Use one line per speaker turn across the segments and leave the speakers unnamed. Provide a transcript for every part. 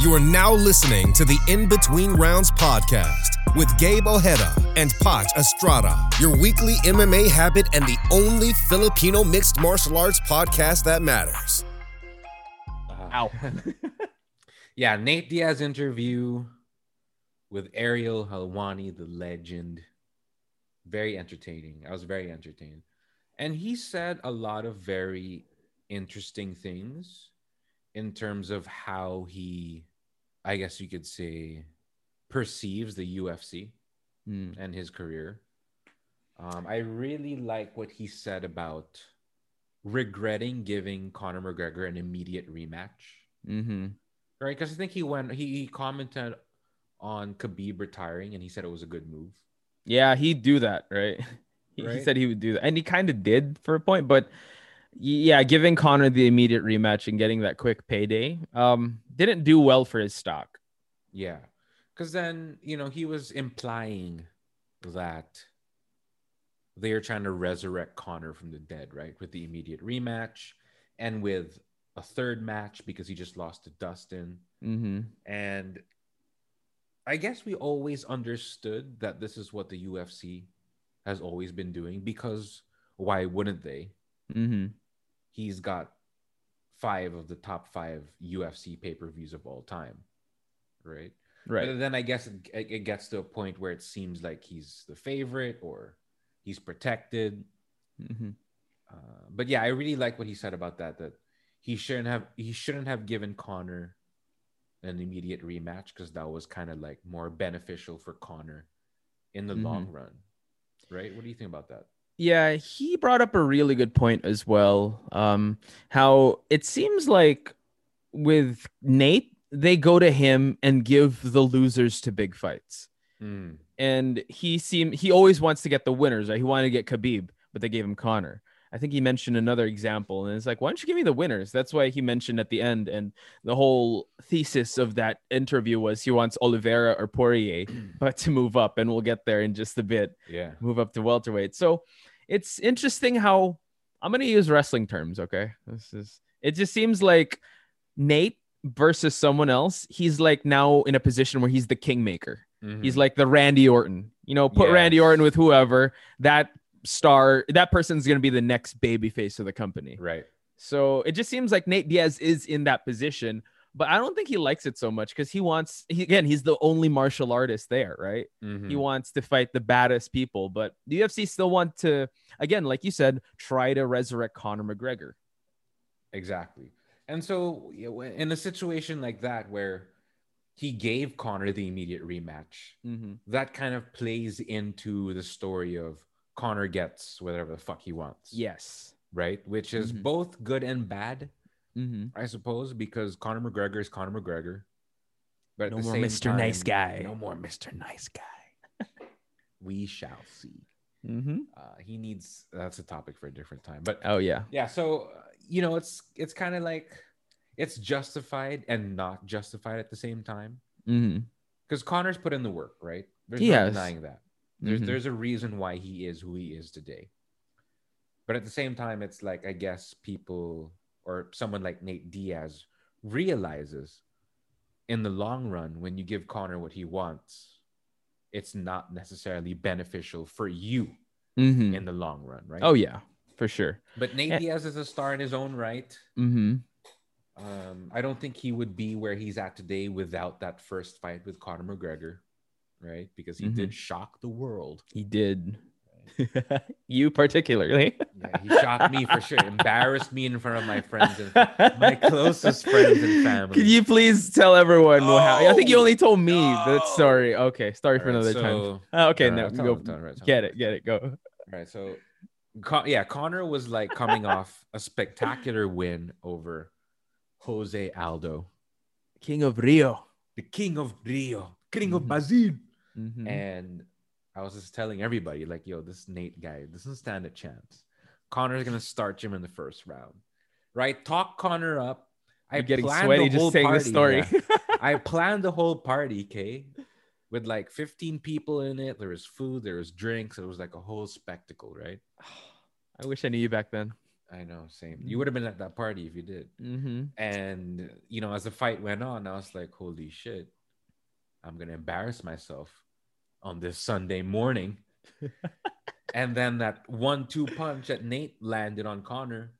You are now listening to the In Between Rounds podcast with Gabe Ojeda and Potch Estrada, your weekly MMA habit and the only Filipino mixed martial arts podcast that matters.
Ow. yeah, Nate Diaz interview with Ariel Helwani, the legend. Very entertaining. I was very entertained. And he said a lot of very interesting things in terms of how he, I guess you could say, perceives the UFC
Mm.
and his career. Um, I really like what he said about regretting giving Conor McGregor an immediate rematch
Mm-hmm.
right? Because I think he went. He, he commented on Khabib retiring, and he said it was a good move.
Yeah, he'd do that, right? He, he
Right.
said he would do that, and he kind of did for a point. But y- yeah, giving Connor the immediate rematch and getting that quick payday um, didn't do well for his stock.
Yeah, because then you know he was implying that they are trying to resurrect Connor from the dead, right? With the immediate rematch and with a third match because he just lost to Dustin.
Mm-hmm.
And I guess we always understood that this is what the UFC has always been doing because why wouldn't they?
Mm-hmm.
he's got five of the top five UFC pay per views of all time, right?
Right.
But then I guess it, it it gets to a point where it seems like he's the favorite or he's protected.
Mm-hmm.
Uh, but yeah, I really like what he said about that. That he shouldn't have he shouldn't have given Connor an immediate rematch because that was kind of like more beneficial for Connor in the
Mhm.
long run, right? What do you think about that?
Yeah, he brought up a really good point as well. Um, how it seems like with Nate, they go to him and give the losers to big fights.
Mm,
and he seemed he always wants to get the winners. Right? He wanted to get Khabib, but they gave him Connor. I think he mentioned another example, and it's like, why don't you give me the winners? That's why he mentioned at the end, and the whole thesis of that interview was he wants Oliveira or Poirier, but to move up, and we'll get there in just a bit
yeah.
move up to welterweight. So it's interesting how I'm going to use wrestling terms. Okay. This is, it just seems like Nate versus someone else. He's like now in a position where he's the kingmaker.
Mm-hmm.
He's like the Randy Orton, you know, put Randy
Hmm. Yes.
Orton with whoever that star, that person's going to be the next baby face of the company.
right.
So it just seems like Nate Diaz is in that position, but I don't think he likes it so much because he wants, he, again, he's the only martial artist there, right?
Mhm.
he wants to fight the baddest people but the ufc still want to again like you said try to resurrect conor mcgregor
Exactly. And so, you know, in a situation like that, where he gave Connor the immediate rematch,
mm-hmm.
that kind of plays into the story of Connor gets whatever the fuck he wants.
yes
Right. Which is
Mhm.
both good and bad,
mm-hmm.
I suppose, because Connor McGregor is Connor McGregor. But at
No
the
more
same
Mr. Nice Guy.
No more Mr. Nice Guy. we shall see.
Mm-hmm.
Uh, he needs, that's a topic for a different time. But
oh yeah
yeah so uh, you know it's it's kind of like it's justified and not justified at the same time
mm-hmm.
because connor's put in the work right there's
He
no
has.
denying that there's
Mhm.
there's a reason why he is who he is today but at the same time it's like i guess people or someone like nate diaz realizes in the long run when you give connor what he wants it's not necessarily beneficial for you
Mm-hmm.
in the long run right
oh yeah for sure
but nate
and-
diaz is a star in his own right
mm-hmm.
um, I don't think he would be where he's at today without that first fight with Conor McGregor, right? Because he
Mm-hmm.
did shock the world.
he did you particularly
Yeah, he shocked me for sure. Embarrassed me in front of my friends. And my closest friends and family.
Could you please tell everyone how? I think you
No!
only told me that
Oh, No!
story. Okay, sorry for
All right,
another time.
so-
Uh, okay,
All
now
right, tell
go.
him, tell him, right, tell
get
him.
it, get it, go.
All right, so Con- yeah, Connor was like coming off a spectacular win over Jose Aldo,
King of Rio.
the king of Rio, king
Mhm.
of Brazil.
Mm-hmm.
And I was just telling everybody, like, yo, this Nate guy doesn't stand a chance. Connor's gonna start him in the first round, right? Talk Connor up. I
I'm getting
planned
sweaty
the
just
whole
saying
party,
this story.
yeah. I planned the whole party, okay, with like 15 people in it. There was food, there was drinks. It was like a whole spectacle, right?
I wish I knew you back then.
I know, same. You would have been at that party if you did.
Mm-hmm.
And you know, as the fight went on, I was like, "Holy shit, I'm gonna embarrass myself on this Sunday morning." and then that one-two punch that Nate landed on Connor.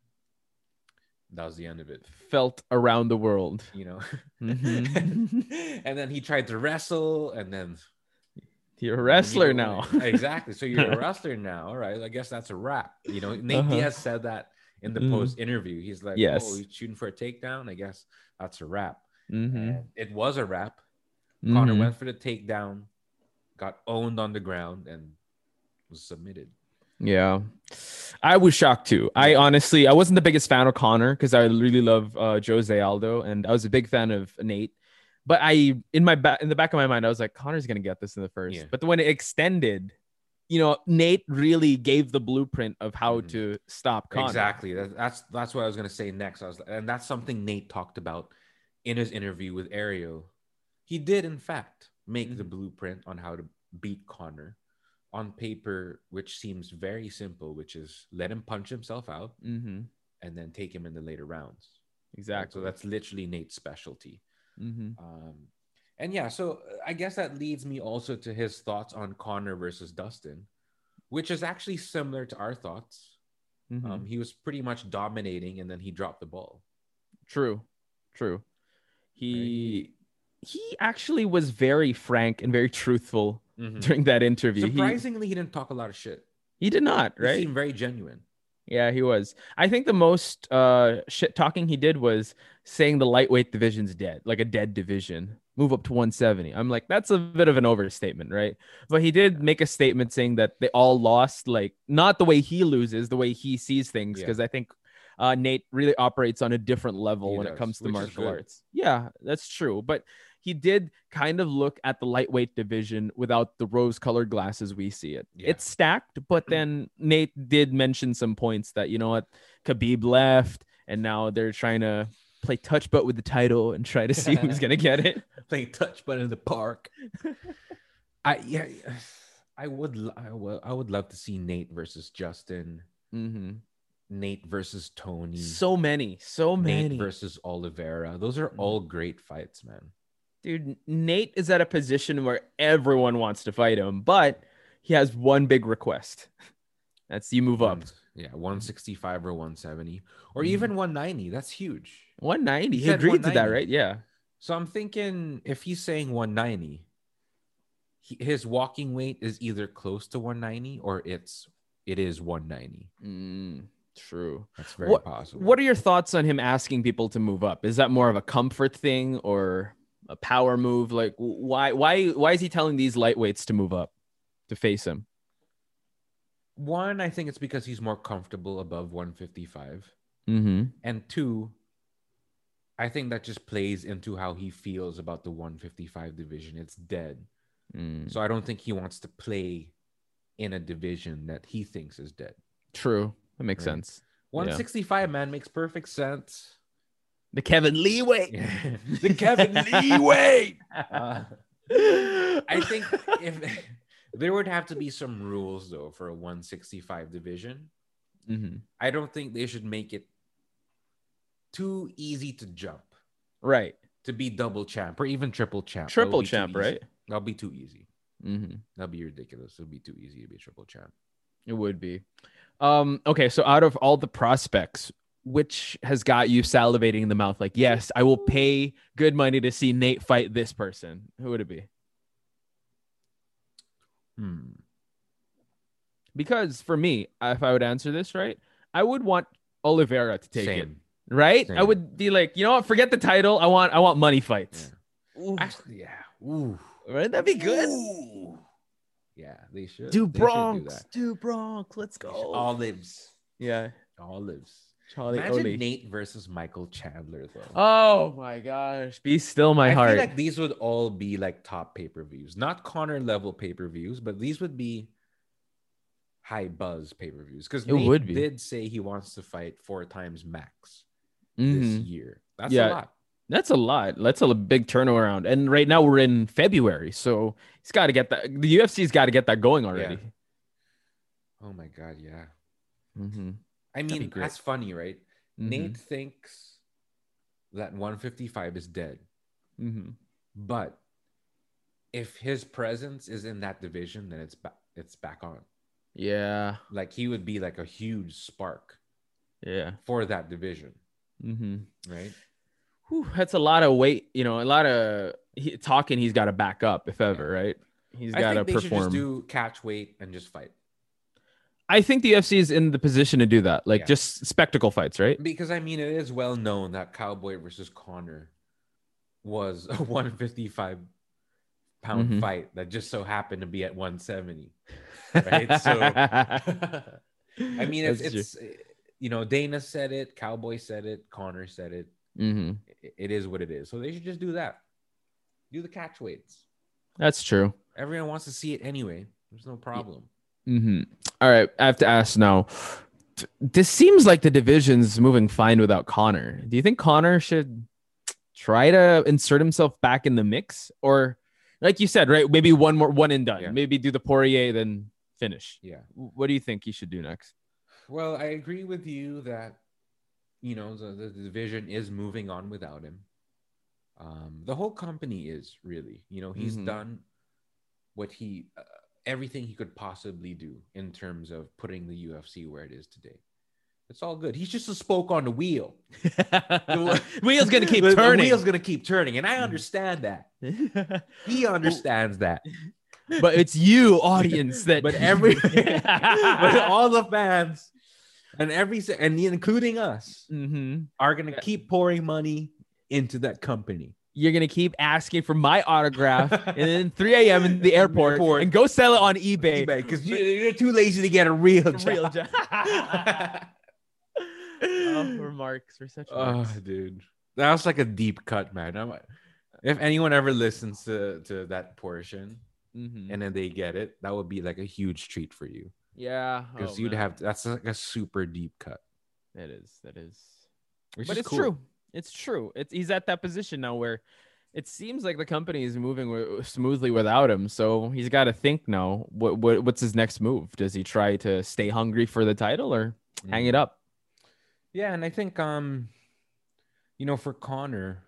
That was the end of it.
Felt around the world.
You know.
Mhm.
and then he tried to wrestle, and then
You're a wrestler
you-
now.
exactly. So you're a wrestler now, all right? I guess that's a wrap. You know, Nate
Uh-huh.
Diaz said that in the
Mm.
post interview. He's like,
Yes.
"Oh, he's shooting for a takedown. I guess that's a wrap."
Mm-hmm.
And it was a wrap. Connor went for the takedown, got owned on the ground, and was submitted.
Yeah. I was shocked too. I honestly, I wasn't the biggest fan of Connor because I really love uh, Jose Aldo, and I was a big fan of Nate. But I, in my back, in the back of my mind, I was like, Connor's gonna get this in the first.
Yeah.
But when it extended, you know, Nate really gave the blueprint of how
Mhm.
to stop Connor.
Exactly. That, that's that's what I was gonna say next. I was, and that's something Nate talked about in his interview with Ariel. He did, in fact, make
Mm-hmm.
the blueprint on how to beat Connor on paper, which seems very simple, which is let him punch himself out
hmm
and then take him in the later rounds. Right? So
Exactly.
that's literally Nate's specialty.
hmm
Um, and yeah, so uh, I guess that leads me also to his thoughts on Connor versus Dustin, which is actually similar to our thoughts.
Mm-hmm.
Um, he was pretty much dominating, and then he dropped the ball.
True. True. He he actually was very frank and very truthful
Mm-hmm. Mm.
during that interview. He,
Surprisingly, he didn't talk a lot of shit.
he did not,
Right?
right?
He seemed very genuine.
Yeah, he was. I think the most uh shit talking he did was saying the lightweight division's dead, like a dead division. Move up to 170. I'm like, that's a bit of an overstatement, right? But he did make a statement saying that they all lost, like not the way he loses, the way he sees things,
Yeah.
because I think uh, Nate really operates on a different level
He
when it
does,
comes to
which is
martial
good.
arts. Yeah, that's true. But he did kind of look at the lightweight division without the rose colored glasses we see it.
Yeah. Mm.
It's stacked, but then Nate did mention some points that, you know what, Khabib left, and now they're trying to play touch but with the title and try to see who's going to get it.
Playing touch but in the park. I yeah, I would lo- I would I would love to see Nate versus Justin, Mm-hmm.
hmm
Nate versus Tony,
So many, so
Nate
many.
versus Oliveira. Those are
Mhm.
all great fights, man.
Dude, Nate is at a position where everyone wants to fight him, but he has one big request. That's you move up.
One- yeah, 165 or 170 or
Mhm.
even 190. That's huge.
190.
He
He
said
agreed to that,
190.
right? Yeah.
So I'm thinking if he's saying 190, he, his walking weight is either close to 190 or it's it is 190.
Mm, true.
That's very
What-
possible.
What are your thoughts on him asking people to move up? Is that more of a comfort thing or a power move? Like w- why why why is he telling these lightweights to move up to face him?
One, I think it's because he's more comfortable above 155,
Mm-hmm.
and two, I think that just plays into how he feels about the 155 division. It's dead.
Mm,
So I don't think he wants to play in a division that he thinks is dead.
True. That makes
Right.
sense.
165 man makes perfect sense.
The Kevin Lee weight.
the Kevin Lee way. Uh, I
I
think if there would have to be some rules though for a 165 division.
mm-hmm.
I don't think they should make it too easy to jump
right.
to be double champ or even triple champ. That would
Triple
be too
champ,
easy.
right?
That'll be too easy.
Mm-hmm.
That'll be ridiculous. It'll be too easy to be triple champ.
It would be. Um, okay, so out of all the prospects, which has got you salivating in the mouth, like, yes, I will pay good money to see Nate fight this person. Who would it be?
Hmm.
Because for me, if I would answer this right, I would want Oliveira to take it.
Same.
Right? I
Same.
would be like, you know what? Forget the title. I want I want money fights. Ooh.
Actually, yeah. Ooh.
Right? That'd be good.
Ooh. Yeah, they should.
Do
They should
Bronx.
that.
Do Bronx. Let's
They should-
go.
Olives.
yeah.
Olives.
Charlie
Imagine
Oli.
Nate versus Michael Chandler though.
Oh my gosh. Be still my
I
heart.
feel like these would all be like top pay per views, not Connor level pay per views, but these would be high buzz pay per views because
It
Nate
would be.
did say he wants to fight four times max this
Mhm.
year. That's
Yeah.
a lot.
That's a lot. That's a big turnaround. And right now we're in February, so he's got to get that. The UFC's got to get that going already.
Oh my god, yeah.
Mhm.
I mean,
great.
that's funny, right?
Mhm.
Nate thinks that 155 is dead,
Mhm.
but if his presence is in that division, then it's back. It's back on.
Yeah.
Like he would be like a huge spark
Yeah.
for that division,
Mm-hmm.
right?
Whew, that's a lot of weight, you know, a lot of he, talking he's got to back up if ever, right? He's
I
got to
think they should
perform.
just do catch weight and just fight
I think the UFC is in the position to do that. Like
Yeah.
just spectacle fights, right?
because I mean it is well known that Cowboy versus Connor was a 155 pound
Mhm.
fight that just so happened to be at 170. Right, so- I mean, it's, it's uh, you know, Dana said it, Cowboy said it, Connor said it.
hmm
I- It is what it is. So they should just do that. Do the catch weights.
That's true.
Everyone wants to see it anyway. There's no problem.
Mm-hmm. All right, I have to ask now. T- This seems like the division's moving fine without Connor. Do you think Connor should try to insert himself back in the mix, or like you said, right? Maybe one more, one and done.
Yeah.
Maybe do the Poirier, then finish.
Yeah.
W- What do you think he should do next?
Well, I agree with you that you know the, the division is moving on without him. Um, the whole company is really, you know, he's
Mhm.
done what he uh, everything he could possibly do in terms of putting the UFC where it is today. It's all good. He's just a spoke on the wheel.
wheel's gonna keep
The- the
turning. Mm.
wheel's gonna keep turning, and I understand that. He understands that.
but it's you, audience, that
But every, but all the fans, and every, and including us,
Mhm.
are gonna keep pouring money into that company.
you're gonna keep asking for my autograph and then 3 a.m. in the airport,
Airport.
and go sell it on eBay.
because you, you're too lazy to get a real job.
Real job. oh, we're marks. We're such
oh,
marks.
dude, that was like a deep cut, man. I'm, if anyone ever listens to to that portion
Mhm.
and then they get it, that would be like a huge treat for you
yeah,
because
oh,
you'd
man.
have that's like a super deep cut.
that is that is
which
but
is
it's
cool.
true. It's true. It's he's at that position now where it seems like the company is moving w- smoothly without him. So he's got to think now. What, what what's his next move? Does he try to stay hungry for the title or hang
Mm-hmm.
it up?
Yeah, and I think um, you know, for Connor,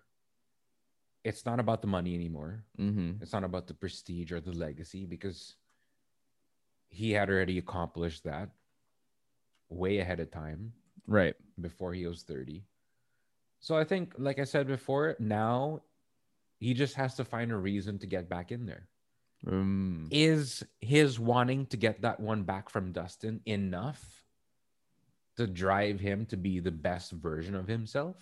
it's not about the money anymore.
Mm-hmm.
It's not about the prestige or the legacy because he had already accomplished that way ahead of time
Right.
before he was 30. So I think, like I said before, now he just has to find a reason to get back in there.
Mm.
Is his wanting to get that one back from Dustin enough to drive him to be the best version of himself?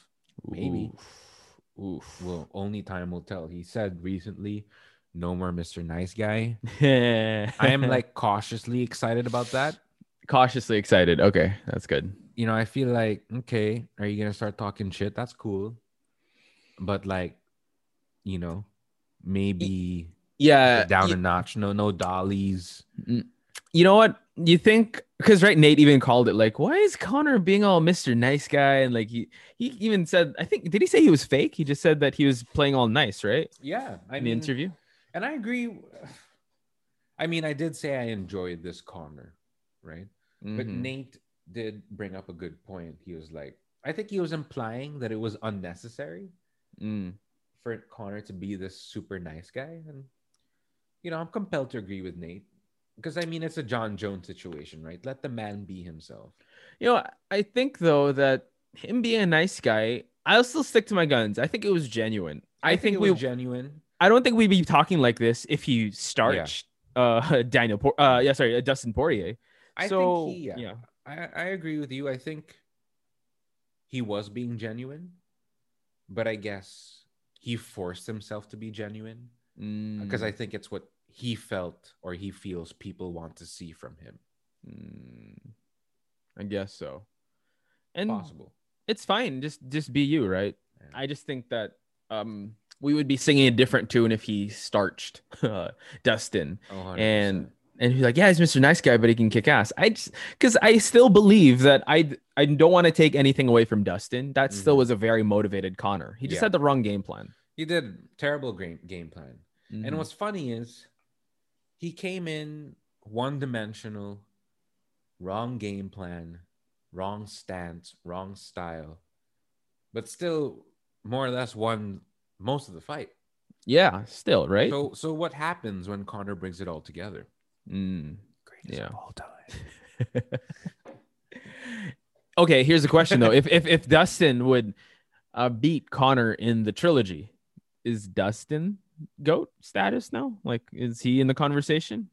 Maybe.
Oof. Oof.
Well, only time will tell. He said recently, no more Mr. Nice Guy. I am like cautiously excited about that.
cautiously excited. Okay, that's good.
You know, I feel like, okay, are you going to start talking shit? That's cool. But like, you know, maybe
Yeah.
down
y-
a notch. No, no dollies.
you know what? You think because right, Nate even called it like, why is Connor being all Mr. Nice Guy? And like he he even said, I think did he say he was fake? He just said that he was playing all nice, right?
Yeah. I
In the interview.
and I agree. I mean, I did say I enjoyed this corner, right? But
Mhm.
Nate did bring up a good point. He was like, I think he was implying that it was unnecessary.
Mm.
for Connor to be this super nice guy. And, you know, I'm compelled to agree with Nate because, I mean, it's a John Jones situation, right? Let the man be himself.
You know, I think though that him being a nice guy, I'll still stick to my guns. I think it was genuine. I,
it
think, we
was genuine.
I don't think we'd be talking like this if he starched uh Daniel Por- uh yeah, sorry, uh, Dustin Poirier.
I
so,
think he, yeah,
yeah.
I, I agree with you. I think he was being genuine, but I guess he forced himself to be genuine because
Mm.
I think it's what he felt or he feels people want to see from him.
Mm, I guess so. And
Possible.
it's fine. Just just be you, right?
Yeah.
I just think that um we would be singing a different tune if he starched uh, Dustin
Oh, 100%.
and and he's like, yeah, he's Mr. Nice Guy, but he can kick ass. I just because I still believe that I I don't want to take anything away from Dustin. That still
Mhm.
was a very motivated Connor. He just
Yeah.
had the wrong game plan.
he did terrible game, game plan. And
Mhm.
what's funny is he came in one dimensional, wrong game plan, wrong stance, wrong style, but still more or less won most of the fight.
Yeah, still, right?
So, so what happens when Connor brings it all together?
Mm,
Greatest
Yeah.
of all time.
okay, here's the question though. if if if Dustin would uh, beat Connor in the trilogy, is Dustin goat status now? Like, is he in the conversation?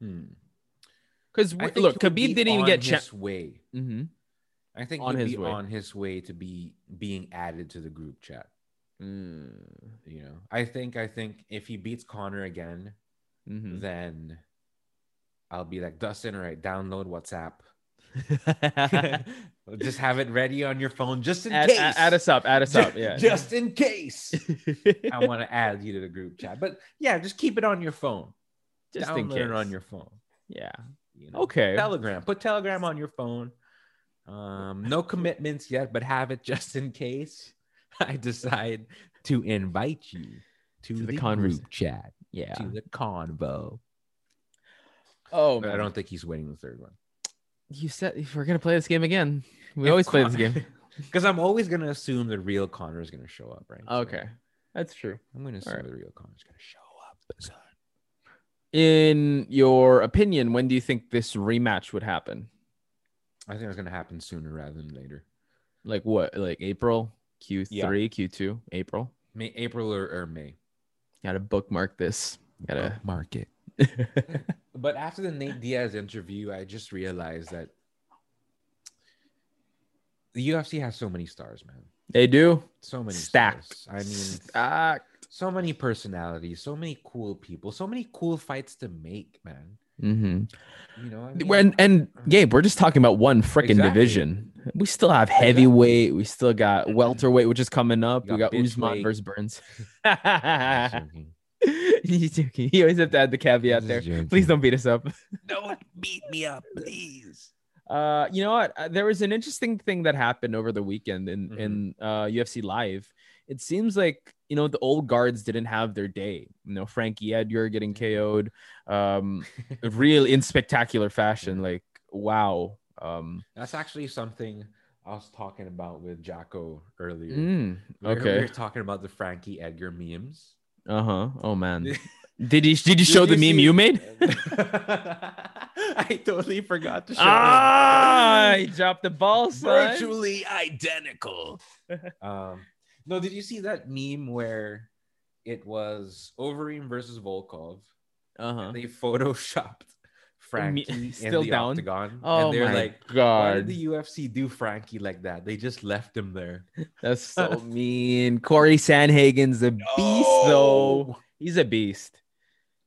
Hmm.
Because
I think
look,
he would be
Khabib didn't even
on
get cha-
his way.
hmm
I think
On
he'd
his
be
way.
on his way to be being added to the group chat. You know, I think I think if he beats Connor again,
Mhm.
then I'll be like Dustin. All right, download WhatsApp. Just have it ready on your phone, just in
Mm-hmm. add,
case.
add- add us up. Add us up. Yeah.
Just in case. I want to add you to the group chat, but yeah, just keep it on your phone.
Just
download
in case.
it on your phone.
yeah.
You know?
Okay.
Telegram. Put Telegram on your phone. Um, no commitments yet, but have it just in case I decide to invite you to,
the
the,
convers-
group chat,
Yeah.
to the convo.
Oh
But I
man.
don't think he's waiting the third one
You said if we're gonna play this game again. We
If
always play
Con-
this game.
because I'm always gonna assume the real Connor is gonna show up, right? So
Okay. That's true.
I'm gonna assume
right.
the real Connor's gonna show up. son.
In your opinion, when do you think this rematch would happen?
I think it's gonna happen sooner rather than later.
Like what? Like April, Q3,
Yeah.
Q2, April.
May, April or, or May.
Gotta bookmark this. Gotta.
market. But after the Nate Diaz interview, I just realized that the UFC has so many stars, man.
they do.
So many
Stacked.
Stars. I mean,
stacked.
so many personalities, so many cool people, so many cool fights to make, man.
Mm-hmm.
You know, I mean,
When and Gabe, we're just talking about one freaking
Exactly.
division. We still have heavyweight. We still got welterweight, which is coming up.
You
we
got
got
bitch
Usman
weight.
versus Burns.
I'm just joking.
you joking. You always have to add the caveat
Just
there.
joking.
Please don't beat us up.
No one beat me up, please.
Uh, you know what? Uh, There was an interesting thing that happened over the weekend in
Mhm.
in uh, UFC Live. It seems like you know the old guards didn't have their day. You know, Frankie Edgar getting
Mm-hmm.
KO'd, um, real in spectacular fashion. Like wow. Um,
That's actually something I was talking about with Jocko earlier.
mm,
We were- We
okay.
were talking about the Frankie Edgar memes.
Uh huh. Oh man. Did you did you show the
Did
meme
see-
you made?
I totally forgot to show.
Ah,
it.
he dropped the ball, son.
virtually identical. um, no, did you see that meme where it was Overeem versus Volkov?
Uh huh.
and They photoshopped Frankie in
still
the
down?
octagon,
Oh
and they're
my
like, "Why did
god,
the UFC do Frankie like that? They just left him there."
that's so mean. Corey Sanhagen's a beast,
Oh,
though. He's a beast.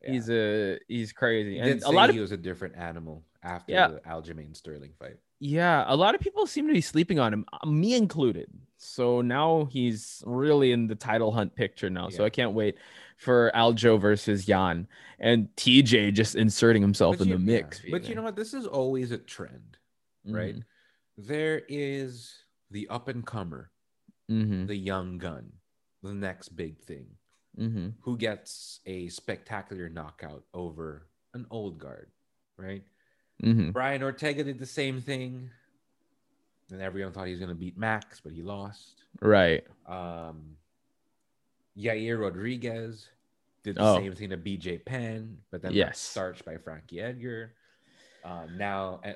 Yeah.
He's a he's crazy,
Did
and
say
a lot
he
of
was a different animal after
Yeah.
the Aljamain Sterling fight.
yeah, a lot of people seem to be sleeping on him, uh, me included. So now he's really in the title hunt picture now. So
Yeah.
I can't wait for Aljo versus Jan and TJ just inserting himself
But
in
you-
the mix. Mm-hmm.
yeah. But you know what? This is always a trend, right? There is the up and comer,
Mm-hmm.
the young gun, the next big thing.
Mm-hmm.
who gets a spectacular knockout over an old guard, right?
Mm-hmm.
Brian Ortega did the same thing, and everyone thought he was going to beat Max, but he lost.
Right.
Um, Yair Rodriguez did the
Oh.
same thing to BJ Penn, but then
Yes.
yes. starched by Frankie Edgar. Uh, now uh,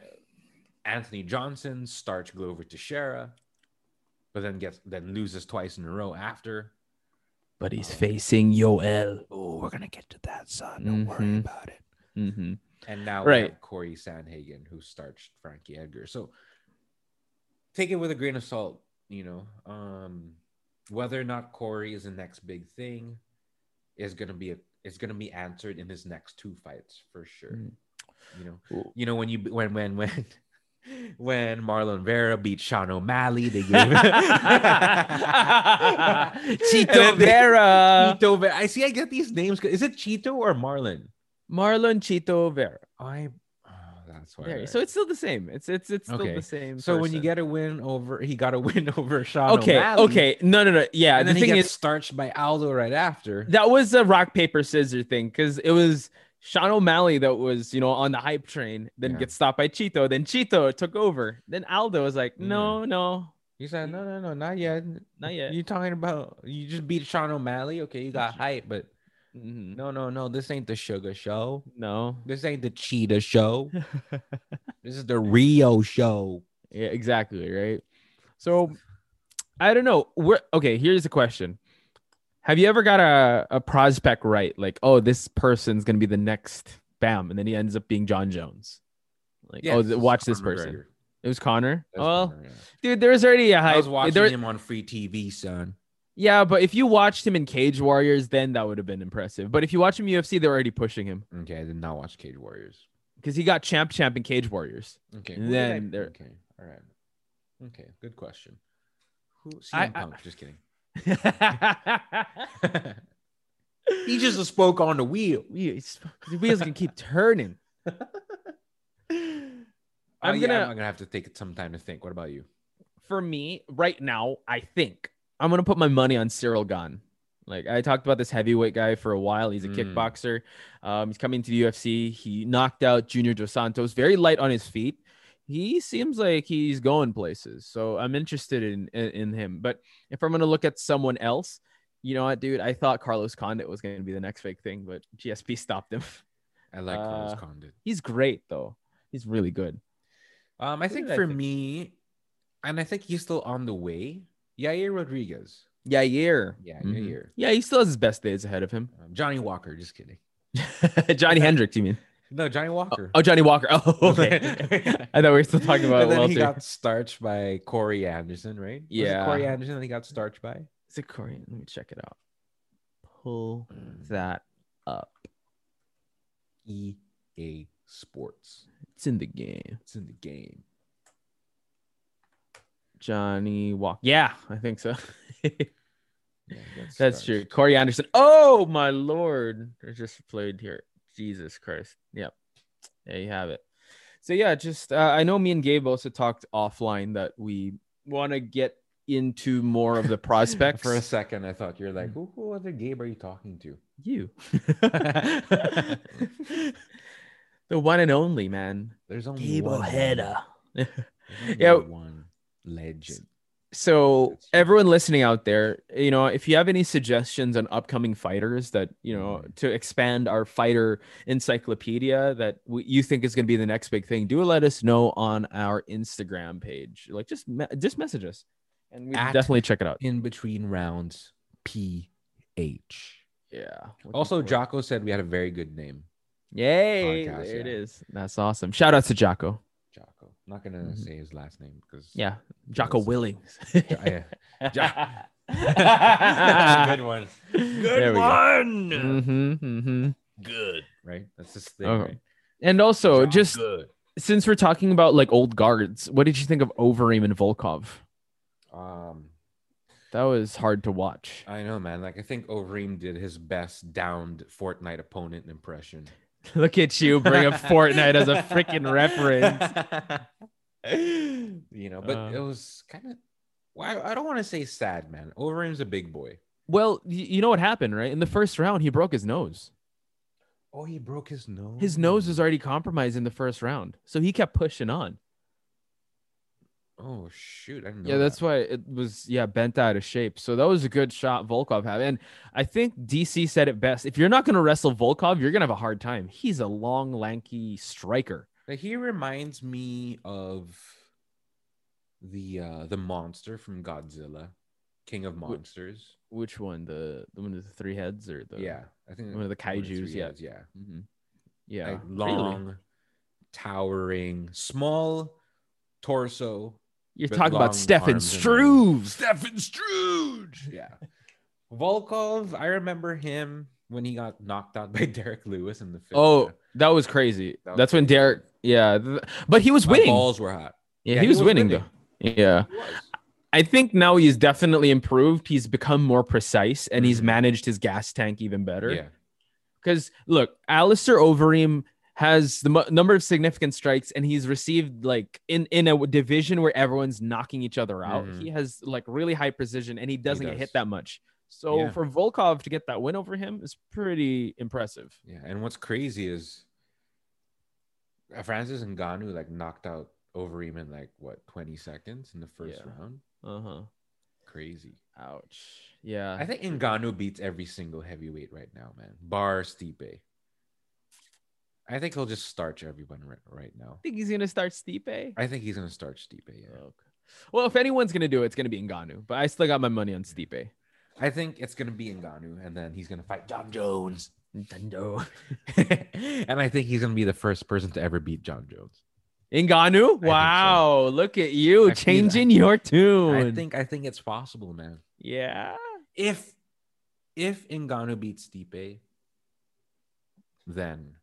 Anthony Johnson starched Glover Teixeira, but then gets then loses twice in a row after.
But he's facing Yoel.
Oh, we're gonna get to that, son. Don't worry
Mhm.
about it.
Mm-hmm.
And now we
Right.
have Corey Sandhagen, who starched Frankie Edgar. So take it with a grain of salt, you know. Um, whether or not Corey is the next big thing is gonna be a is gonna be answered in his next two fights for sure.
Mm.
You know,
Ooh.
you know when you when when when when Marlon Vera beat Sean O'Malley, they gave And
Chito
then they-
Vera.
Chito Vera. I see. I get these names. Is it Chito or Marlon?
Marlon Chito Vera.
I. oh, that's why.
There,
I-
So it's still the same. It's it's it's still
Okay.
the same.
So when you
person.
get a win over, he got a win over Sean.
okay,
O'Malley,
okay, no, no, no, yeah.
and
the
then
thing
he
is,
gets starched by Aldo right after.
that was a rock paper scissors thing because it was Sean O'Malley that was, you know, on the hype train, then
Yeah.
gets stopped by Cheeto. Then Cheeto took over. Then Aldo was
Mm-hmm.
like, no, no,
He said, "No, no, no, not yet.
not yet.
You talking about you just beat Sean O'Malley? Okay, you got hype, but
Mhm.
no, no, no. This ain't the Sugar Show.
No.
This ain't the Cheetah Show. this is the Rio Show.
Yeah, exactly, right? So I don't know. Where okay, here's the question. Have you ever got a, a prospect right? Like, oh, this person's gonna be the next bam, and then he ends up being John Jones. Like, oh, th- watch this
Conor
person.
McGregor.
It was Connor.
That's
Well,
Conor, yeah.
dude, there was already a hype.
I was watching
there-
him on free TV, son.
Yeah, but if you watched him in Cage Warriors, then that would have been impressive. But if you watch him UFC, they're already pushing him
Okay, I did not watch Cage Warriors.
because he got champ champ in Cage Warriors.
Okay,
And
who did I-
then there-
okay, all right, okay, good question. Who? CM
I- I-
Punk. just kidding. he just spoke on the wheel.
Wheels the wheels can keep turning.
I'm
I'm
gonna.
gonna-
I'm gonna have to take some time to think. What about you?
for me right now, I think I'm gonna put my money on Cyril Gunn. Like I talked about this heavyweight guy for a while. He's a
Mm.
kickboxer. Um, he's coming to the UFC. He knocked out Junior Dos Santos, very light on his feet. He seems like he's going places, so I'm interested in in, in him. But if I'm gonna look at someone else, you know what, dude? I thought Carlos Condit was gonna be the next big thing, but GSP stopped him.
I like Carlos
Uh,
Condit.
he's great though. He's really good.
Um, I
who
think
did I
for
think?
me, and I think he's still on the way. Yair Rodriguez. Mm-hmm.
Yeah, year.
Yeah,
Mhm.
Yair.
Yeah, he still has his best days ahead of him.
Um, Johnny Walker. Just kidding.
Johnny Hendricks, you mean?
No, Johnny Walker.
Oh, Johnny Walker. Oh, okay. I thought we were still talking about
And then he
Walter.
got starched by Corey Anderson, right? Was it
Yeah.
Corey Anderson. That he got starched by.
Is it Korean? Let me check it out. Pull that.
EA E Sports.
It's in the game.
It's in the game.
Johnny Walker. Yeah, I think so.
Yeah, he got
That's true.
starched.
Corey Anderson. Oh my lord. I just played here. Jesus Christ. Yep. There you have it. So yeah, just uh, I know me and Gabe also talked offline that we want to get into more of the prospects.
For a second, I thought you're like, who, who other Gabe are you talking to?
you. the one and only man.
There's only
Gabe
one.
Ojeda.
There's only
Yeah.
one legend.
So
That's huge.
everyone listening out there, you know, if you have any suggestions on upcoming fighters that you know to expand our fighter encyclopedia that w- you think is going to be the next big thing, do let us know on our Instagram page. Like just me- just message us, and we
At-
definitely check it out.
In between rounds, P H.
Yeah. Looking
Also,
forward-
Jocko said we had a very good name.
Yay!
Podcast,
there it
yeah.
is. That's awesome. Shout out to Jocko.
Jocko. I'm not gonna
Mhm.
say his last name because
Yeah, Jocko
Yes.
Willings.
Jo- yeah. Jo- good one.
There we go.
one.
Mm-hmm.
Mhm, mhm.
Good.
Right? That's his thing.
Okay.
right?
And also,
John
just
good.
since we're talking about like old guards, what did you think of Overeem and Volkov?
Um,
That was hard to watch.
I know, man. Like I think Overeem did his best downed Fortnite opponent impression.
Look at you bring up Fortnite as a freaking reference.
you know, but
Uh.
it was kind of. Well, I I don't want to say sad, man. Overeem's a big boy.
Well, y- you know what happened, right? In the first round, he broke his nose.
Oh, he broke his nose.
His nose was already compromised in the first round, so he kept pushing on.
Oh shoot! I didn't know
Yeah, that's
that.
why it was yeah bent out of shape. So that was a good shot Volkov had, and I think DC said it best. If you're not going to wrestle Volkov, you're going to have a hard time. He's a long, lanky striker.
Like, he reminds me of the uh the monster from Godzilla, King of Monsters.
Which one? The the one with the three heads or the
yeah, I think
one of the
one of the
kaiju's?
three
Yeah,
heads, yeah.
hmm yeah.
Like, long, towering, small torso.
You're
but
talking
long
about Stefan
arms and
Struve.
Stefan Struge. Yeah. Volkov, I remember him when he got knocked out by Derek Lewis in the fifth.
Oh, that was crazy.
That was
That's when
crazy.
Derek. Yeah, th- but he was
my
winning.
balls were hot.
yeah,
Yeah,
he was, winning, though. Yeah.
He was.
I think now he's definitely improved. He's become more precise and he's
Mhm.
managed his gas tank even better.
Yeah.
Because look, Alistair Overeem has the mu number of significant strikes and he's received like in in a division where everyone's knocking each other out.
Mhm.
He has like really high precision and he doesn't get
does.
hit that much. So
Yeah.
for Volkov to get that win over him is pretty impressive.
Yeah, and what's crazy is uh, Francis Ngannou like knocked out Overeem in like what 20 seconds in the first
Yeah.
round.
Uh huh.
Crazy.
Ouch. Yeah.
I think Ngannou beats every single heavyweight right now, man. Bar Stipe. I think he'll just starch everyone right, right now.
think he's gonna start Stipe.
I think he's gonna starch Stipe. Yeah.
Okay. Well, if anyone's gonna do it, it's gonna be Ngannou. But I still got my money on Stipe.
I think it's gonna be Ngannou, and then he's gonna fight John Jones.
Nintendo.
and I think he's gonna be the first person to ever beat John Jones.
Ngannou.
so.
Wow, look at you
I feel-
changing your tune.
I think I think it's possible, man.
Yeah.
if if Ngannou beats Stipe, then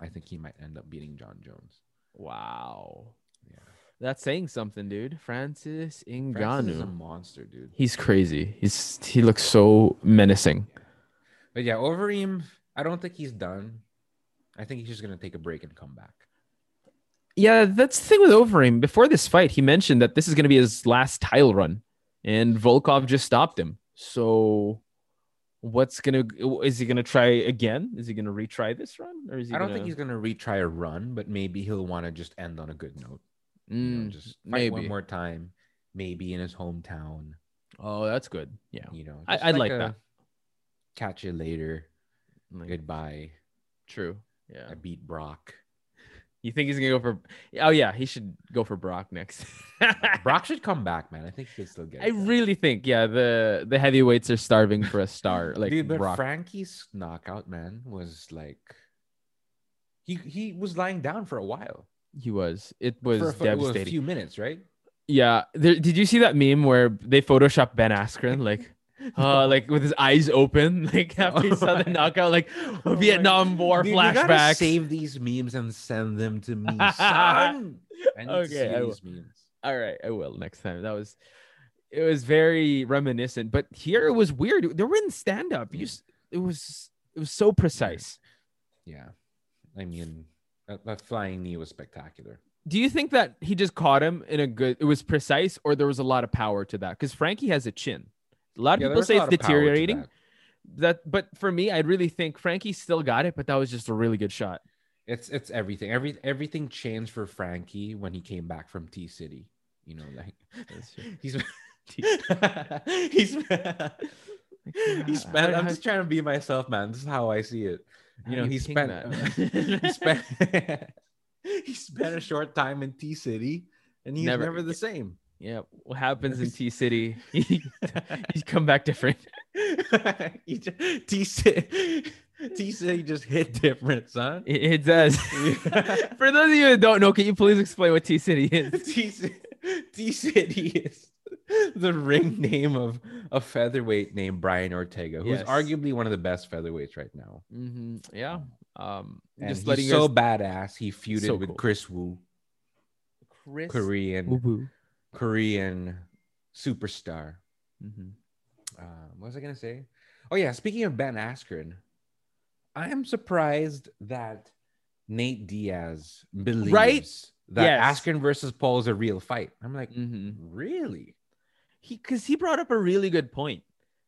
I think he might end up beating John Jones.
Wow.
Yeah.
That's saying something, dude. Francis Ngannou.
Francis is a monster, dude.
He's crazy. He's he looks so menacing.
But yeah, Overeem, I don't think he's done. I think he's just gonna take a break and come back.
Yeah, that's the thing with Overeem. Before this fight, he mentioned that this is going to be his last title run, and Volkov just stopped him. So, what's gonna is he gonna try again? Is he gonna retry this run, or is he?
I don't
gonna-
think he's gonna retry a run, but maybe he'll want to just end on a good note. You know,
Mm,
just fight one
maybe.
more time, maybe in his hometown.
Oh, that's good. Yeah,
You know,
I-
just
I'd like
a
that.
Catch you later.
Like,
Goodbye.
True. Yeah.
I beat Brock.
You think he's gonna go for? Oh yeah, he should go for Brock next.
Brock should come back, man. I think he could still get.
I
it done.
really think yeah the the heavyweights are starving for a star like
dude, but
Brock.
Frankie's knockout, man, was like he he was lying down for a while.
he was. It was
for, a- for- it was
devastating.
a few minutes, right?
Yeah. There, did you see that meme where they Photoshop Ben Askren like, uh, like with his eyes open, like after he saw the knockout, like
Oh my-
Vietnam War
Dude, you gotta
flashback?
Save these memes and send them to me, son. I need to
Okay, I
see
will.
these memes.
All right, I will next time. That was, it was very reminiscent, but here it was weird. They were in stand up.
Mm.
You, s- it was, it was so precise.
Yeah, I mean that, that flying knee was spectacular.
Do you think that he just caught him in a good? It was precise, or there was a lot of power to that? Because Frankie has a chin. A lot of
Yeah, there
people
was a
say it's
lot of power to
deteriorating.
that.
that but for me i really think frankie still got it but that was just a really good shot
It's it's everything. Every everything changed for Frankie when he came back from T City. You know, like he's he's he spent. I'm just trying to be myself, man. This is how I see it. You know, he spent he spent he spent a short time in T City, and he's
Never-
never, the same.
yeah what happens in t city he's come back different
He ju- T City T City just hit different, son.
it, it does for those of you that don't know can you please explain what t city is
T City is the ring name of a featherweight named Brian Ortega, who's
Yes.
arguably one of the best featherweights right now.
mm-hmm. yeah um
And
just
he's
letting
so
you guys-
badass. He feuded
So
with
cool.
Chris Wu,
Chris
Korean
Woo-woo.
Korean superstar.
Mhm.
Uh, what was I gonna say? Oh yeah, speaking of Ben Askren, I am surprised that Nate Diaz believes that
Yes.
Askren versus Paul is a real fight. I'm like,
Mhm.
really?
he because he brought up a really good point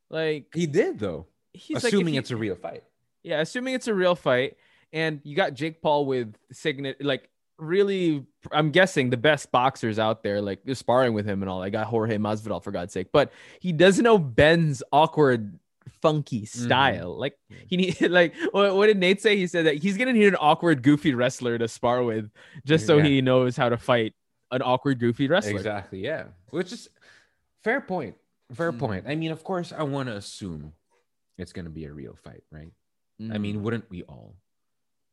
like
He did though,
he's like, if
assuming
you-
it's a real fight.
Yeah, assuming it's a real fight, and you got Jake Paul with signet, like really, I'm guessing the best boxers out there, like you're sparring with him and all. I got Jorge Masvidal for God's sake, but he doesn't know Ben's awkward, funky style. Like
Mm-hmm. Yeah.
he need, like what, what did Nate say? He said that he's gonna need an awkward, goofy wrestler to spar with, just so
Yeah.
he knows how to fight an awkward, goofy wrestler.
Exactly. Yeah. Which is fair point. Fair
Mhm.
point. I mean, of course, I want to assume it's going to be a real fight, right? I
Mhm.
mean, wouldn't we all?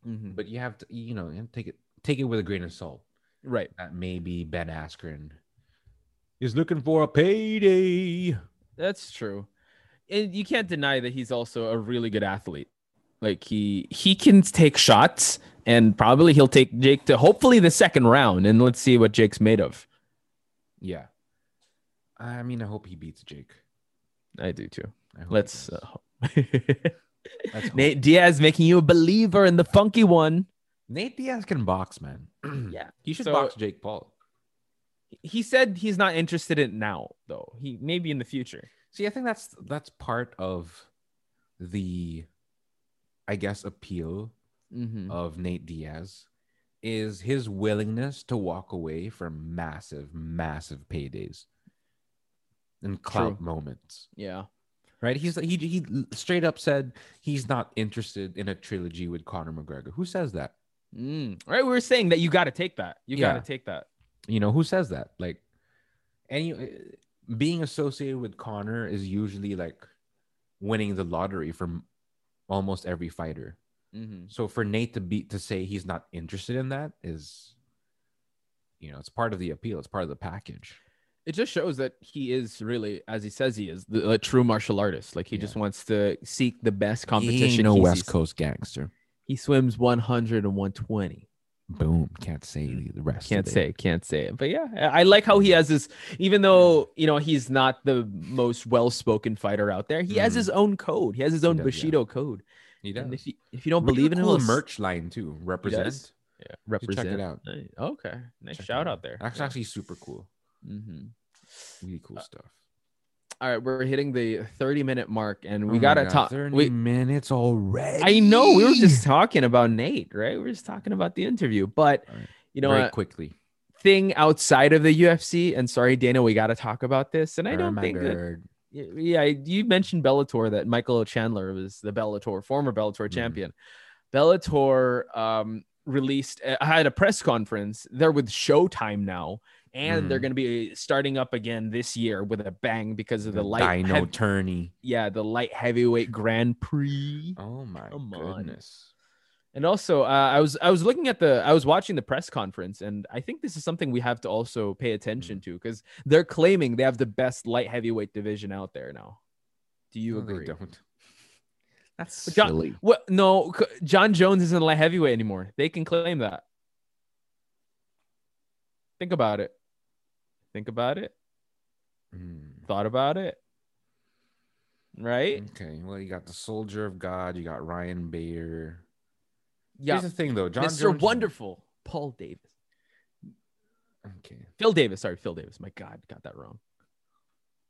Mhm.
But you have to, you know, you have to take it take it with a grain of salt.
right.
That maybe Ben Askren is looking for a payday.
That's true. And you can't deny that he's also a really good athlete. Like he he can take shots and probably he'll take Jake to hopefully the second round and let's see what Jake's made of.
Yeah. I mean, I hope he beats Jake.
I do too.
I hope he
Let's
does.
uh, hope.
Let's hope.
Nate Diaz making you a believer in the funky one.
Nate Diaz can box, man.
Yeah.
He should
So-
box Jake Paul.
He said he's not interested in it now though. He maybe in the future.
See, I think that's that's part of the, I guess, appeal
Mm-hmm.
of Nate Diaz is his willingness to walk away from massive, massive paydays and clout
True.
moments.
Yeah.
Right? He's he he straight up said he's not interested in a trilogy with Conor McGregor. Who says that?
Mm. All right. We were saying that you got to take that. You got
Yeah.
to take that.
you know who says that like any being associated with connor is usually like winning the lottery from almost every fighter
Mm-hmm.
so for nate to be to say he's not interested in that is you know it's part of the appeal it's part of the package
It just shows that he is really, as he says, he is the, a true martial artist. Like he
Yeah.
just wants to seek the best competition.
he ain't no
He's-
west coast gangster
He swims 100 and 120.
boom can't say the rest
Can't
of it.
say, can't say. But yeah, I I like how he has this, even though, you know, he's not the most well spoken fighter out there, he has
Mhm.
his own code. He has his own
does, yeah.
Bushido code.
he does
And if you, if you don't
Really
believe in
cool
him, merch
merch line too represent
yeah,
You should
represent.
check it out
Nice. Okay. Nice
Check it
shout out there.
that's actually super cool
mm-hmm.
really cool
Uh,
stuff
All right, we're hitting the 30 minute mark and
Oh
we
my
got to
God,
talk.
30
We,
minutes already
I know we were just talking about Nate, right? We were just talking about the interview, but
All right.
you know,
very
a
quickly.
thing outside of the UFC, and sorry, Dana, we got to talk about this. And I don't think that,
Remembered.
y- yeah, you mentioned Bellator that Michael Chandler was the Bellator, former Bellator
Mhm.
champion. Bellator, um, released I had a press conference they're with showtime now and they're
Mhm.
going to be starting up again this year with a bang because of the, light
Dino
heav-
Tourney.
yeah the light heavyweight grand prix
Oh my
Come on.
goodness.
And also, uh, I was I was looking at the I was watching the press conference, and I think this is something we have to also pay attention
Mm-hmm.
to because they're claiming they have the best light heavyweight division out there now. Do you
No, they
agree?
don't. That's
But John-
silly.
Well, no, c- John Jones isn't a light heavyweight anymore. They can claim that. Think about it. Think about it.
Mm,
Thought about it. Right?
Okay. Well, you got the Soldier of God. You got Ryan Bayer.
Yeah.
Here's the thing, though. Mm-hmm. John
Mr.
Jones-
Wonderful, Paul Davis,
Okay.
Phil Davis. Sorry, Phil Davis. My God, got that wrong.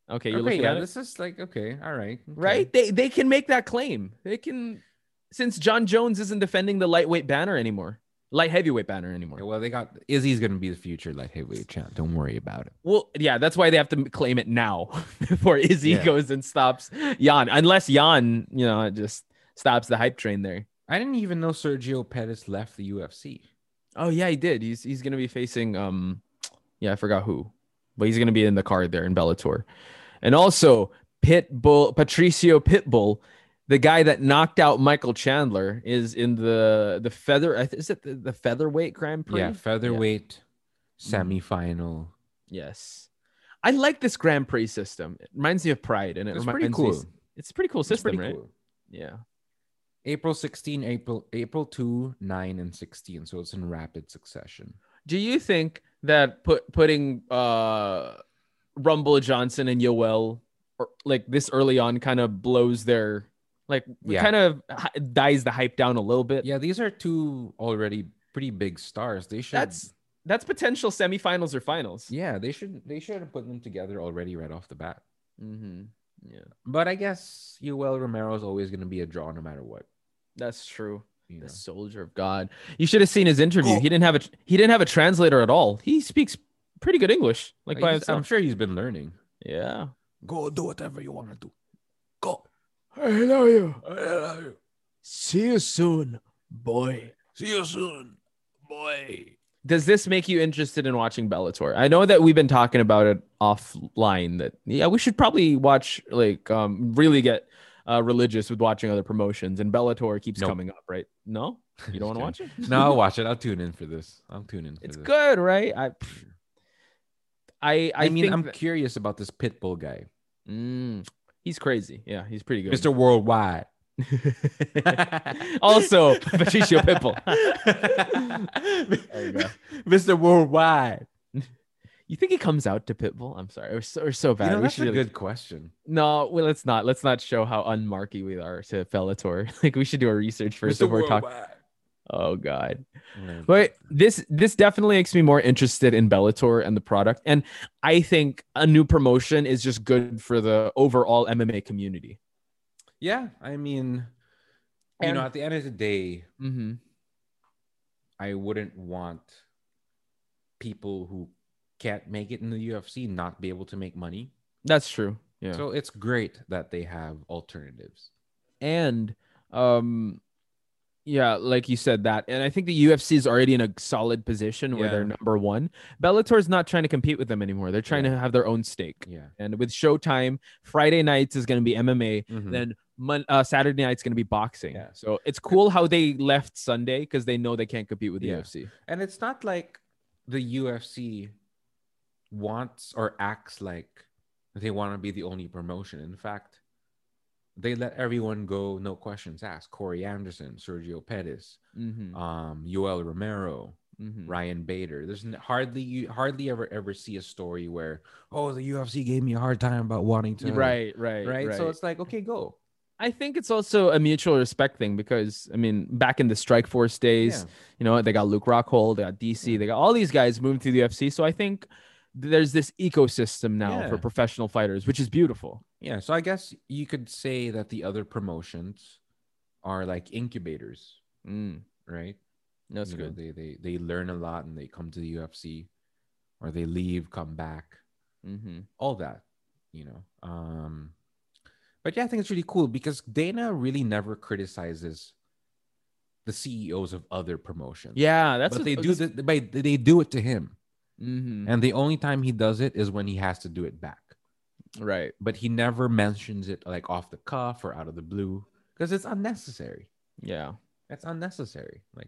Okay, you're
okay.
looking
Yeah.
at it.
This is like okay. All right. okay.
right? They they can make that claim. They can since John Jones isn't defending the lightweight banner anymore, light heavyweight banner
Okay,
anymore.
well, they got Izzy's gonna be the future light heavyweight champ. Don't worry about it.
Well, yeah, that's why they have to claim it now before Izzy
Yeah.
goes and stops Jan, unless Jan, you know, just stops the hype train there.
I didn't even know Sergio Pettis left the UFC.
Oh yeah, he did. He's he's gonna be facing um, yeah, I forgot who, but he's gonna be in the card there in Bellator, and also Pitbull Patricio Pitbull, the guy that knocked out Michael Chandler, is in the the feather. I th- Is it the, the featherweight Grand Prix?
Yeah. Featherweight Mm-hmm. semifinal.
Yes. I like this Grand Prix system. It reminds me of Pride, and it
It's
reminds
pretty cool.
Me, it's a pretty cool
It's
system,
pretty
right?
cool.
Yeah.
April 16, April, April 2, 9, and 16. So it's in rapid succession.
Do you think that put putting uh Rumble Johnson and Yoel or, like this early on kind of blows their like
Yeah.
kind of hi- dies the hype down a little bit?
Yeah, these are two already pretty big stars. They should
That's that's potential semifinals or finals.
yeah, they should they should have put them together already right off the bat.
Mm-hmm. Yeah.
But I guess Yoel Romero is always gonna be a draw no matter what.
That's true.
You know?
The soldier of God. You should have seen his interview. He didn't have a tr- he didn't have a translator at all. He speaks pretty good English. Like by
He's- I'm
himself.
sure he's been learning.
yeah.
Go do whatever you want to do. Go.
I love you.
I love you.
See you soon, boy.
See you soon, boy.
does this make you interested in watching Bellator? I know that we've been talking about it offline that yeah, we should probably watch like um really get uh religious with watching other promotions and Bellator keeps
Nope.
coming up, right? No? You don't want to
Okay.
watch it?
No, I'll watch it. I'll tune in for this. I'll tune in for
It's
this.
good, right? I I I,
I, mean,
think
I'm
that-
curious about this Pitbull guy.
Mm, he's crazy. Yeah, he's pretty good.
Mr. Worldwide.
also, Patricio Pitbull. you go.
Mr. Worldwide.
You think he comes out to Pitbull? I'm sorry. We're so, we're so bad.
You know,
we
that's
should
a
really-
good question.
No, well, let's not. Let's not show how unmarky we are to Bellator. Like we should do our research first before talking. Oh god.
Mm.
But this this definitely makes me more interested in Bellator and the product. And I think a new promotion is just good for the overall MMA community.
yeah, I mean, you
And-
know, at the end of the day,
Mm-hmm.
I wouldn't want people who can't make it in the UFC not be able to make money.
That's true. Yeah.
So it's great that they have alternatives.
and um yeah, like you said that. And I think the UFC is already in a solid position where they're
Yeah.
number 1. Bellator's not trying to compete with them anymore. They're trying
Yeah.
to have their own stake.
Yeah.
And with Showtime, Friday nights is going to be MMA.
Mhm.
Then mon- uh, Saturday night's going to be boxing.
Yeah.
So it's cool how they left Sunday because they know they can't compete with the
Yeah.
UFC.
And it's not like the UFC wants or acts like they want to be the only promotion. In fact, they let everyone go, no questions asked. Corey Anderson, Sergio Pettis,
Mm-hmm.
um, Yoel Romero,
Mm-hmm.
Ryan Bader. There's n- hardly you hardly ever ever see a story where oh the UFC gave me a hard time about wanting to
Right, right,
right.
right,
So it's like okay go
I think it's also a mutual respect thing because I mean, back in the Strike Force days,
yeah.
you know, they got Luke Rockhold, they got DC, they got all these guys moving through the UFC. So I think th- there's this ecosystem now
Yeah.
for professional fighters, which is beautiful.
yeah. So I guess you could say that the other promotions are like incubators,
Mm.
right?
That's
you know,
good.
They they they learn a lot and they come to the UFC, or they leave, come back,
Mm-hmm.
all that, you know. Um, but yeah, I think it's really cool because Dana really never criticizes the CEOs of other promotions.
Yeah, that's
but
what
they do that. But they do it to him,
Mm-hmm.
and the only time he does it is when he has to do it back.
Right.
But he never mentions it like off the cuff or out of the blue because it's unnecessary.
Yeah.
That's unnecessary. Like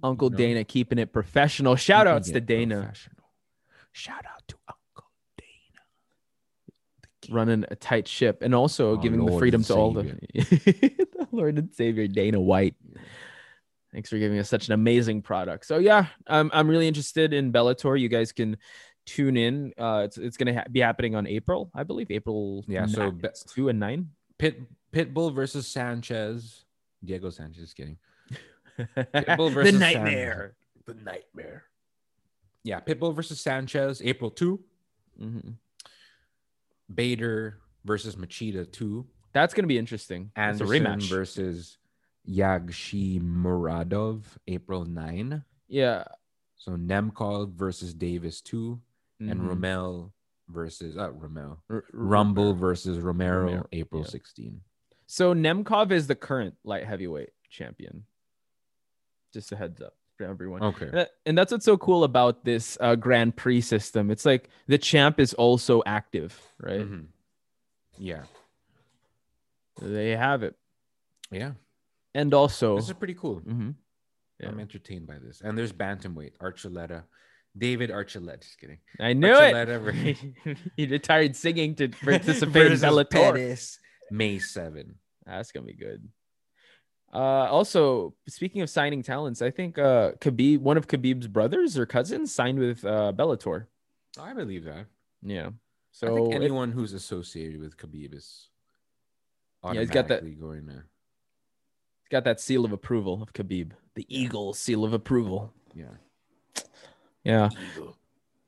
Uncle
know?
dana keeping it professional shout
keeping
outs to
it
dana
professional.
Shout out to Uncle Dana.
running a tight ship and also
Our
giving the
Oh, Lord
freedom
and
to all the, the lord and savior dana white thanks for giving us such an amazing product so yeah i'm, I'm really interested in bellator you guys can tune in uh it's, it's gonna ha- be happening on april i believe april
Yeah, so
ni-
Be-
it's two and nine
Pit Pitbull versus Sanchez. Diego Sanchez, just kidding. Pitbull
the
versus Sanchez.
nightmare
The nightmare.
Yeah, Pitbull versus Sanchez, April 2.
Mhm.
Bader versus Machida 2.
that's gonna be interesting
And
it's a rematch
versus Yagshi Muradov, April 9.
yeah
So Nemkov versus Davis 2. And
Mhm.
Rommel versus, uh, Rommel.
R-
Rumble versus Romero,
Romero,
April
yeah.
16.
So Nemkov is the current light heavyweight champion. Just a heads up for everyone.
Okay.
Uh, And that's what's so cool about this uh, Grand Prix system. It's like the champ is also active, right?
Mhm. Yeah.
They have it.
Yeah.
And also,
This Mm-hmm. is pretty cool.
Mhm. Yeah.
I'm entertained by this. And there's bantamweight, Archuleta, David Archuleta. Just kidding.
I knew
Archuleta
it.
versus-
he retired singing to participate in
Versus
Bellator.
Pettis, May 7.
That's gonna be good. Uh, also, speaking of signing talents, I think uh, Khabib, one of Khabib's brothers or cousins, signed with uh, Bellator.
I believe that.
Yeah.
I
So
think
it-
anyone who's associated with Khabib is
Yeah, he's got that-
automatically going there.
It's got that seal of approval of Khabib, the eagle seal of approval.
Yeah.
Yeah.
Eagle.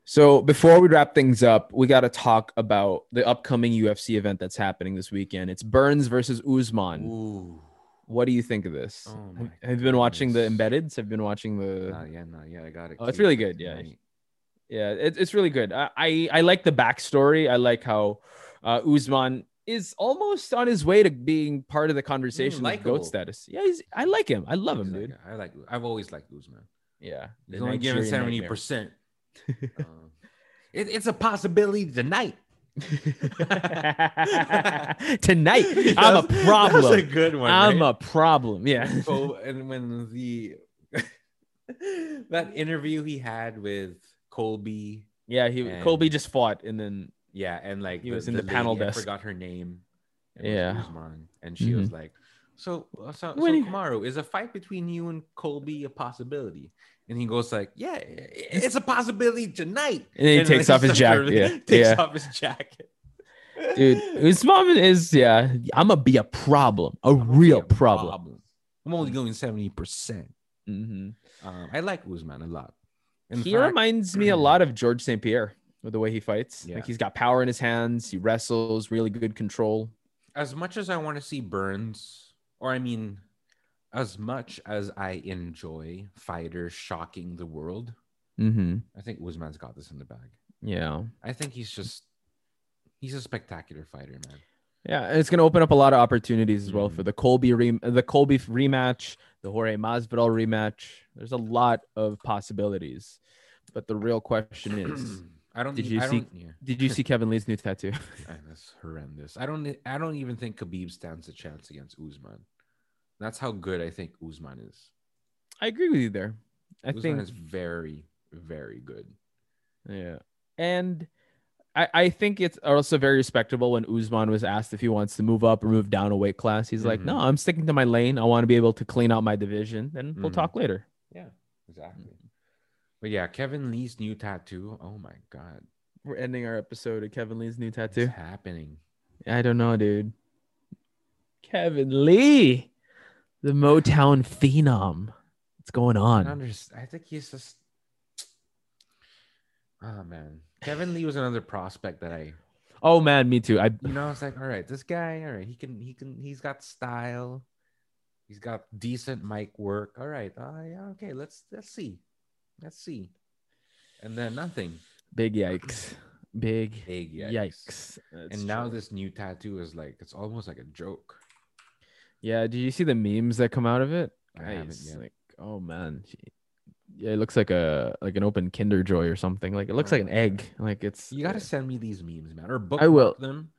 So before we wrap things up, we got to talk about the upcoming UFC event that's happening this weekend. It's Burns versus Usman.
Ooh.
What do you think of this?
Oh
Have-
my
have you been watching the
goodness.
embeddeds? Have you been watching the?
Nah, yeah, nah, yeah, I got it.
Oh, it's
queued
really
for
good, yeah.
tonight.
Yeah, it, it's really good. I, I I like the backstory. I like how uh, Usman is almost on his way to being part of the conversation with
likable.
goat status. Yeah, he's, I like him. I love him,
He's like-
dude.
I like. I've always liked Usman.
Yeah,
He's
the
only given
Nigerian
seventy
nightmare.
percent. Um, It, it's a possibility tonight.
Tonight, I'm a
That's-
problem.
That's a good one.
I'm
right?
a problem. Yeah.
Oh, and when the that interview he had with Colby,
Yeah. He
And-
Colby just fought and then
yeah, and like
He was in the panel
lady,
desk.
I forgot her name. It was
Yeah. Mm-hmm.
Usman, and she was like, "So, uh, so, so
When he-
Kamaru, is a fight between you and Colby a possibility?" And he goes like, "Yeah, i- it's a possibility tonight."
And then he takes off his jacket, yeah,
takes
yeah.
off his jacket.
dude, Usman is yeah. I'm gonna be a problem, a real
Yeah,
problem.
I'm only going 70%.
hmm
Um, I like Usman a lot. In
He
fact-
reminds me a lot of George St. Pierre with the way he fights.
Yeah.
Like he's got power in his hands. He wrestles, really good control.
as much as I want to see Burns, or I mean, as much as I enjoy fighters shocking the world,
Mm-hmm.
I think Usman's got this in the bag.
Yeah.
I think he's just he's a spectacular fighter, man.
Yeah, and it's going to open up a lot of opportunities as well for
Mhm.
the Colby re- the Colby f- rematch, the Jorge Masvidal rematch. There's a lot of possibilities, but the real question is,
I don't.
Did
e-
you
I
see-
don't- yeah.
did you see Kevin Lee's new tattoo?
Ah, that's horrendous. I don't. I don't even think Khabib stands a chance against Usman. That's how good I think Usman is.
I agree with you there. I
Usman
think
is very, very good.
Yeah. And I, I think it's also very respectable when Usman was asked if he wants to move up or move down a weight class. He's like,
Mhm.
no, I'm sticking to my lane. I want to be able to clean out my division. Then we'll
Mhm.
talk later.
Yeah, exactly. But yeah, Kevin Lee's new tattoo. Oh my god,
We're ending our episode of Kevin Lee's new
it's
tattoo.
happening.
I don't know, dude. Kevin Lee, the Motown phenom. What's going
I,
on?
understand. I think he's just. Oh man, Kevin Lee was another prospect that I,
Oh man, me too. I
you know, I was like, all right, this guy, all right, he can, he can, he's got style, he's got decent mic work. All right, uh, yeah, okay, let's let's see, let's see, and then nothing.
big yikes. Big
Big
yikes.
yikes.
That's
And now
true.
this new tattoo is like it's almost like a joke.
Yeah, did you see the memes that come out of it?
I haven't
Nice,
yet.
Like, oh man. she- Yeah, it looks like a like an open Kinder Joy or something. Like it looks
Oh
like an
my
egg. Like it's
You gotta send me these memes, man, or book
will.
them,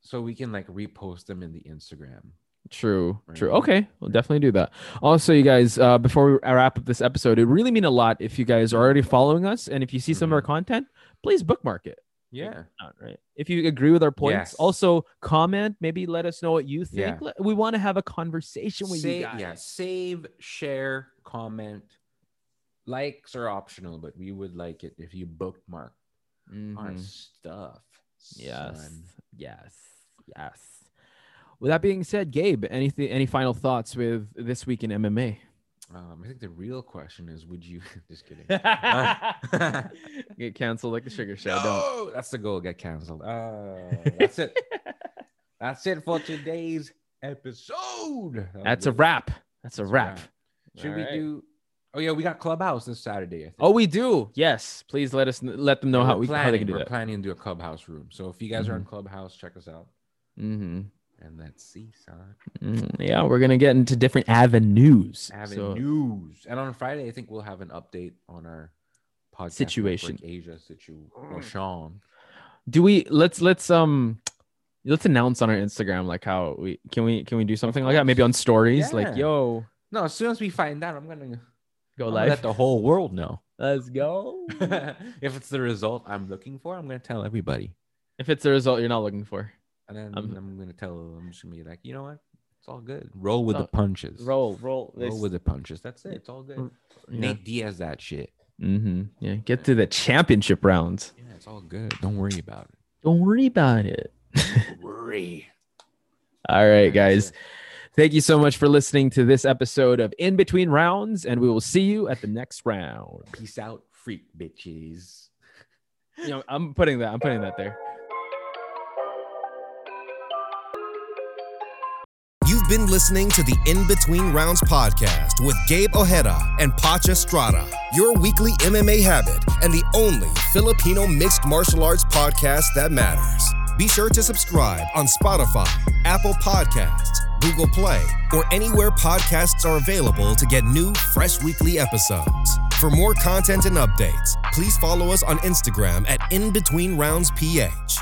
so we can like repost them in the Instagram.
True, true.
Right.
Okay, we'll definitely do that. Also, you guys, uh, before we wrap up this episode, it really mean a lot if you guys are already following us and if you see some of our
Mhm.
content, please bookmark it.
Yeah,
Not right. If you agree with our points,
Yes.
also comment. Maybe let us know what you think.
Yeah.
Let- We want to have a conversation with
save,
you guys.
yeah, save, share, comment. Likes are optional, but we would like it if you bookmark our
Mhm.
stuff.
Yes.
son.
Yes. Yes. With that being said, Gabe, anything any final thoughts with this week in MMA?
Um, I think the real question is, would you? just kidding. Uh,
Get canceled like the sugar show. Don't.
no, that's the goal. Get canceled. Uh, that's it. that's it for today's episode. That
That's a
was-
wrap.
That's
That's a
a
wrap.
wrap. Should
All
we
right.
do? Oh yeah, we got clubhouse this Saturday. I think.
Oh, we do. Yes. Please let us kn- let them know
And
how
we're
we
planning,
how they can do
we're
that. Mm-hmm.
planning to do a clubhouse room. So if you guys are on Clubhouse, check us out.
hmm
And let's see, son.
Mm-hmm. Yeah, we're gonna get into different avenues.
Having
So-
news. And on Friday, I think we'll have an update on our podcast
Situation.
network, Asia situation.
do we let's let's um let's announce on our Instagram like how we can we can we do something like that? Maybe on stories,
Yeah.
like yo,
No, as soon as we find out, I'm gonna,
go
I'm gonna
live.
let the whole world know.
Let's go.
if it's the result I'm looking for, I'm gonna tell everybody.
if it's the result you're not looking for,
And then
I'm-
I'm, gonna tell. I'm just gonna be like, you know what? It's all good. Roll with
Oh,
the punches.
roll, Mm, roll,
Roll with the punches. That's it. It's all good. Nate Diaz, that shit.
Mm-hmm. Yeah, get to the championship rounds.
Yeah, it's all good. Don't worry about it.
Don't worry about it.
Don't worry.
All right, guys. Thank you so much for listening to this episode of In Between Rounds, and we will see you at the next round.
Peace out, freak bitches.
You know, I'm putting that. I'm putting that there.
You've been listening to the In Between Rounds podcast with Gabe Ojeda and Pacha Estrada, your weekly MMA habit and the only Filipino mixed martial arts podcast that matters. Be sure to subscribe on Spotify, Apple Podcasts, Google Play, or anywhere podcasts are available to get new, fresh weekly episodes. For more content and updates, please follow us on Instagram at In Between Rounds PH.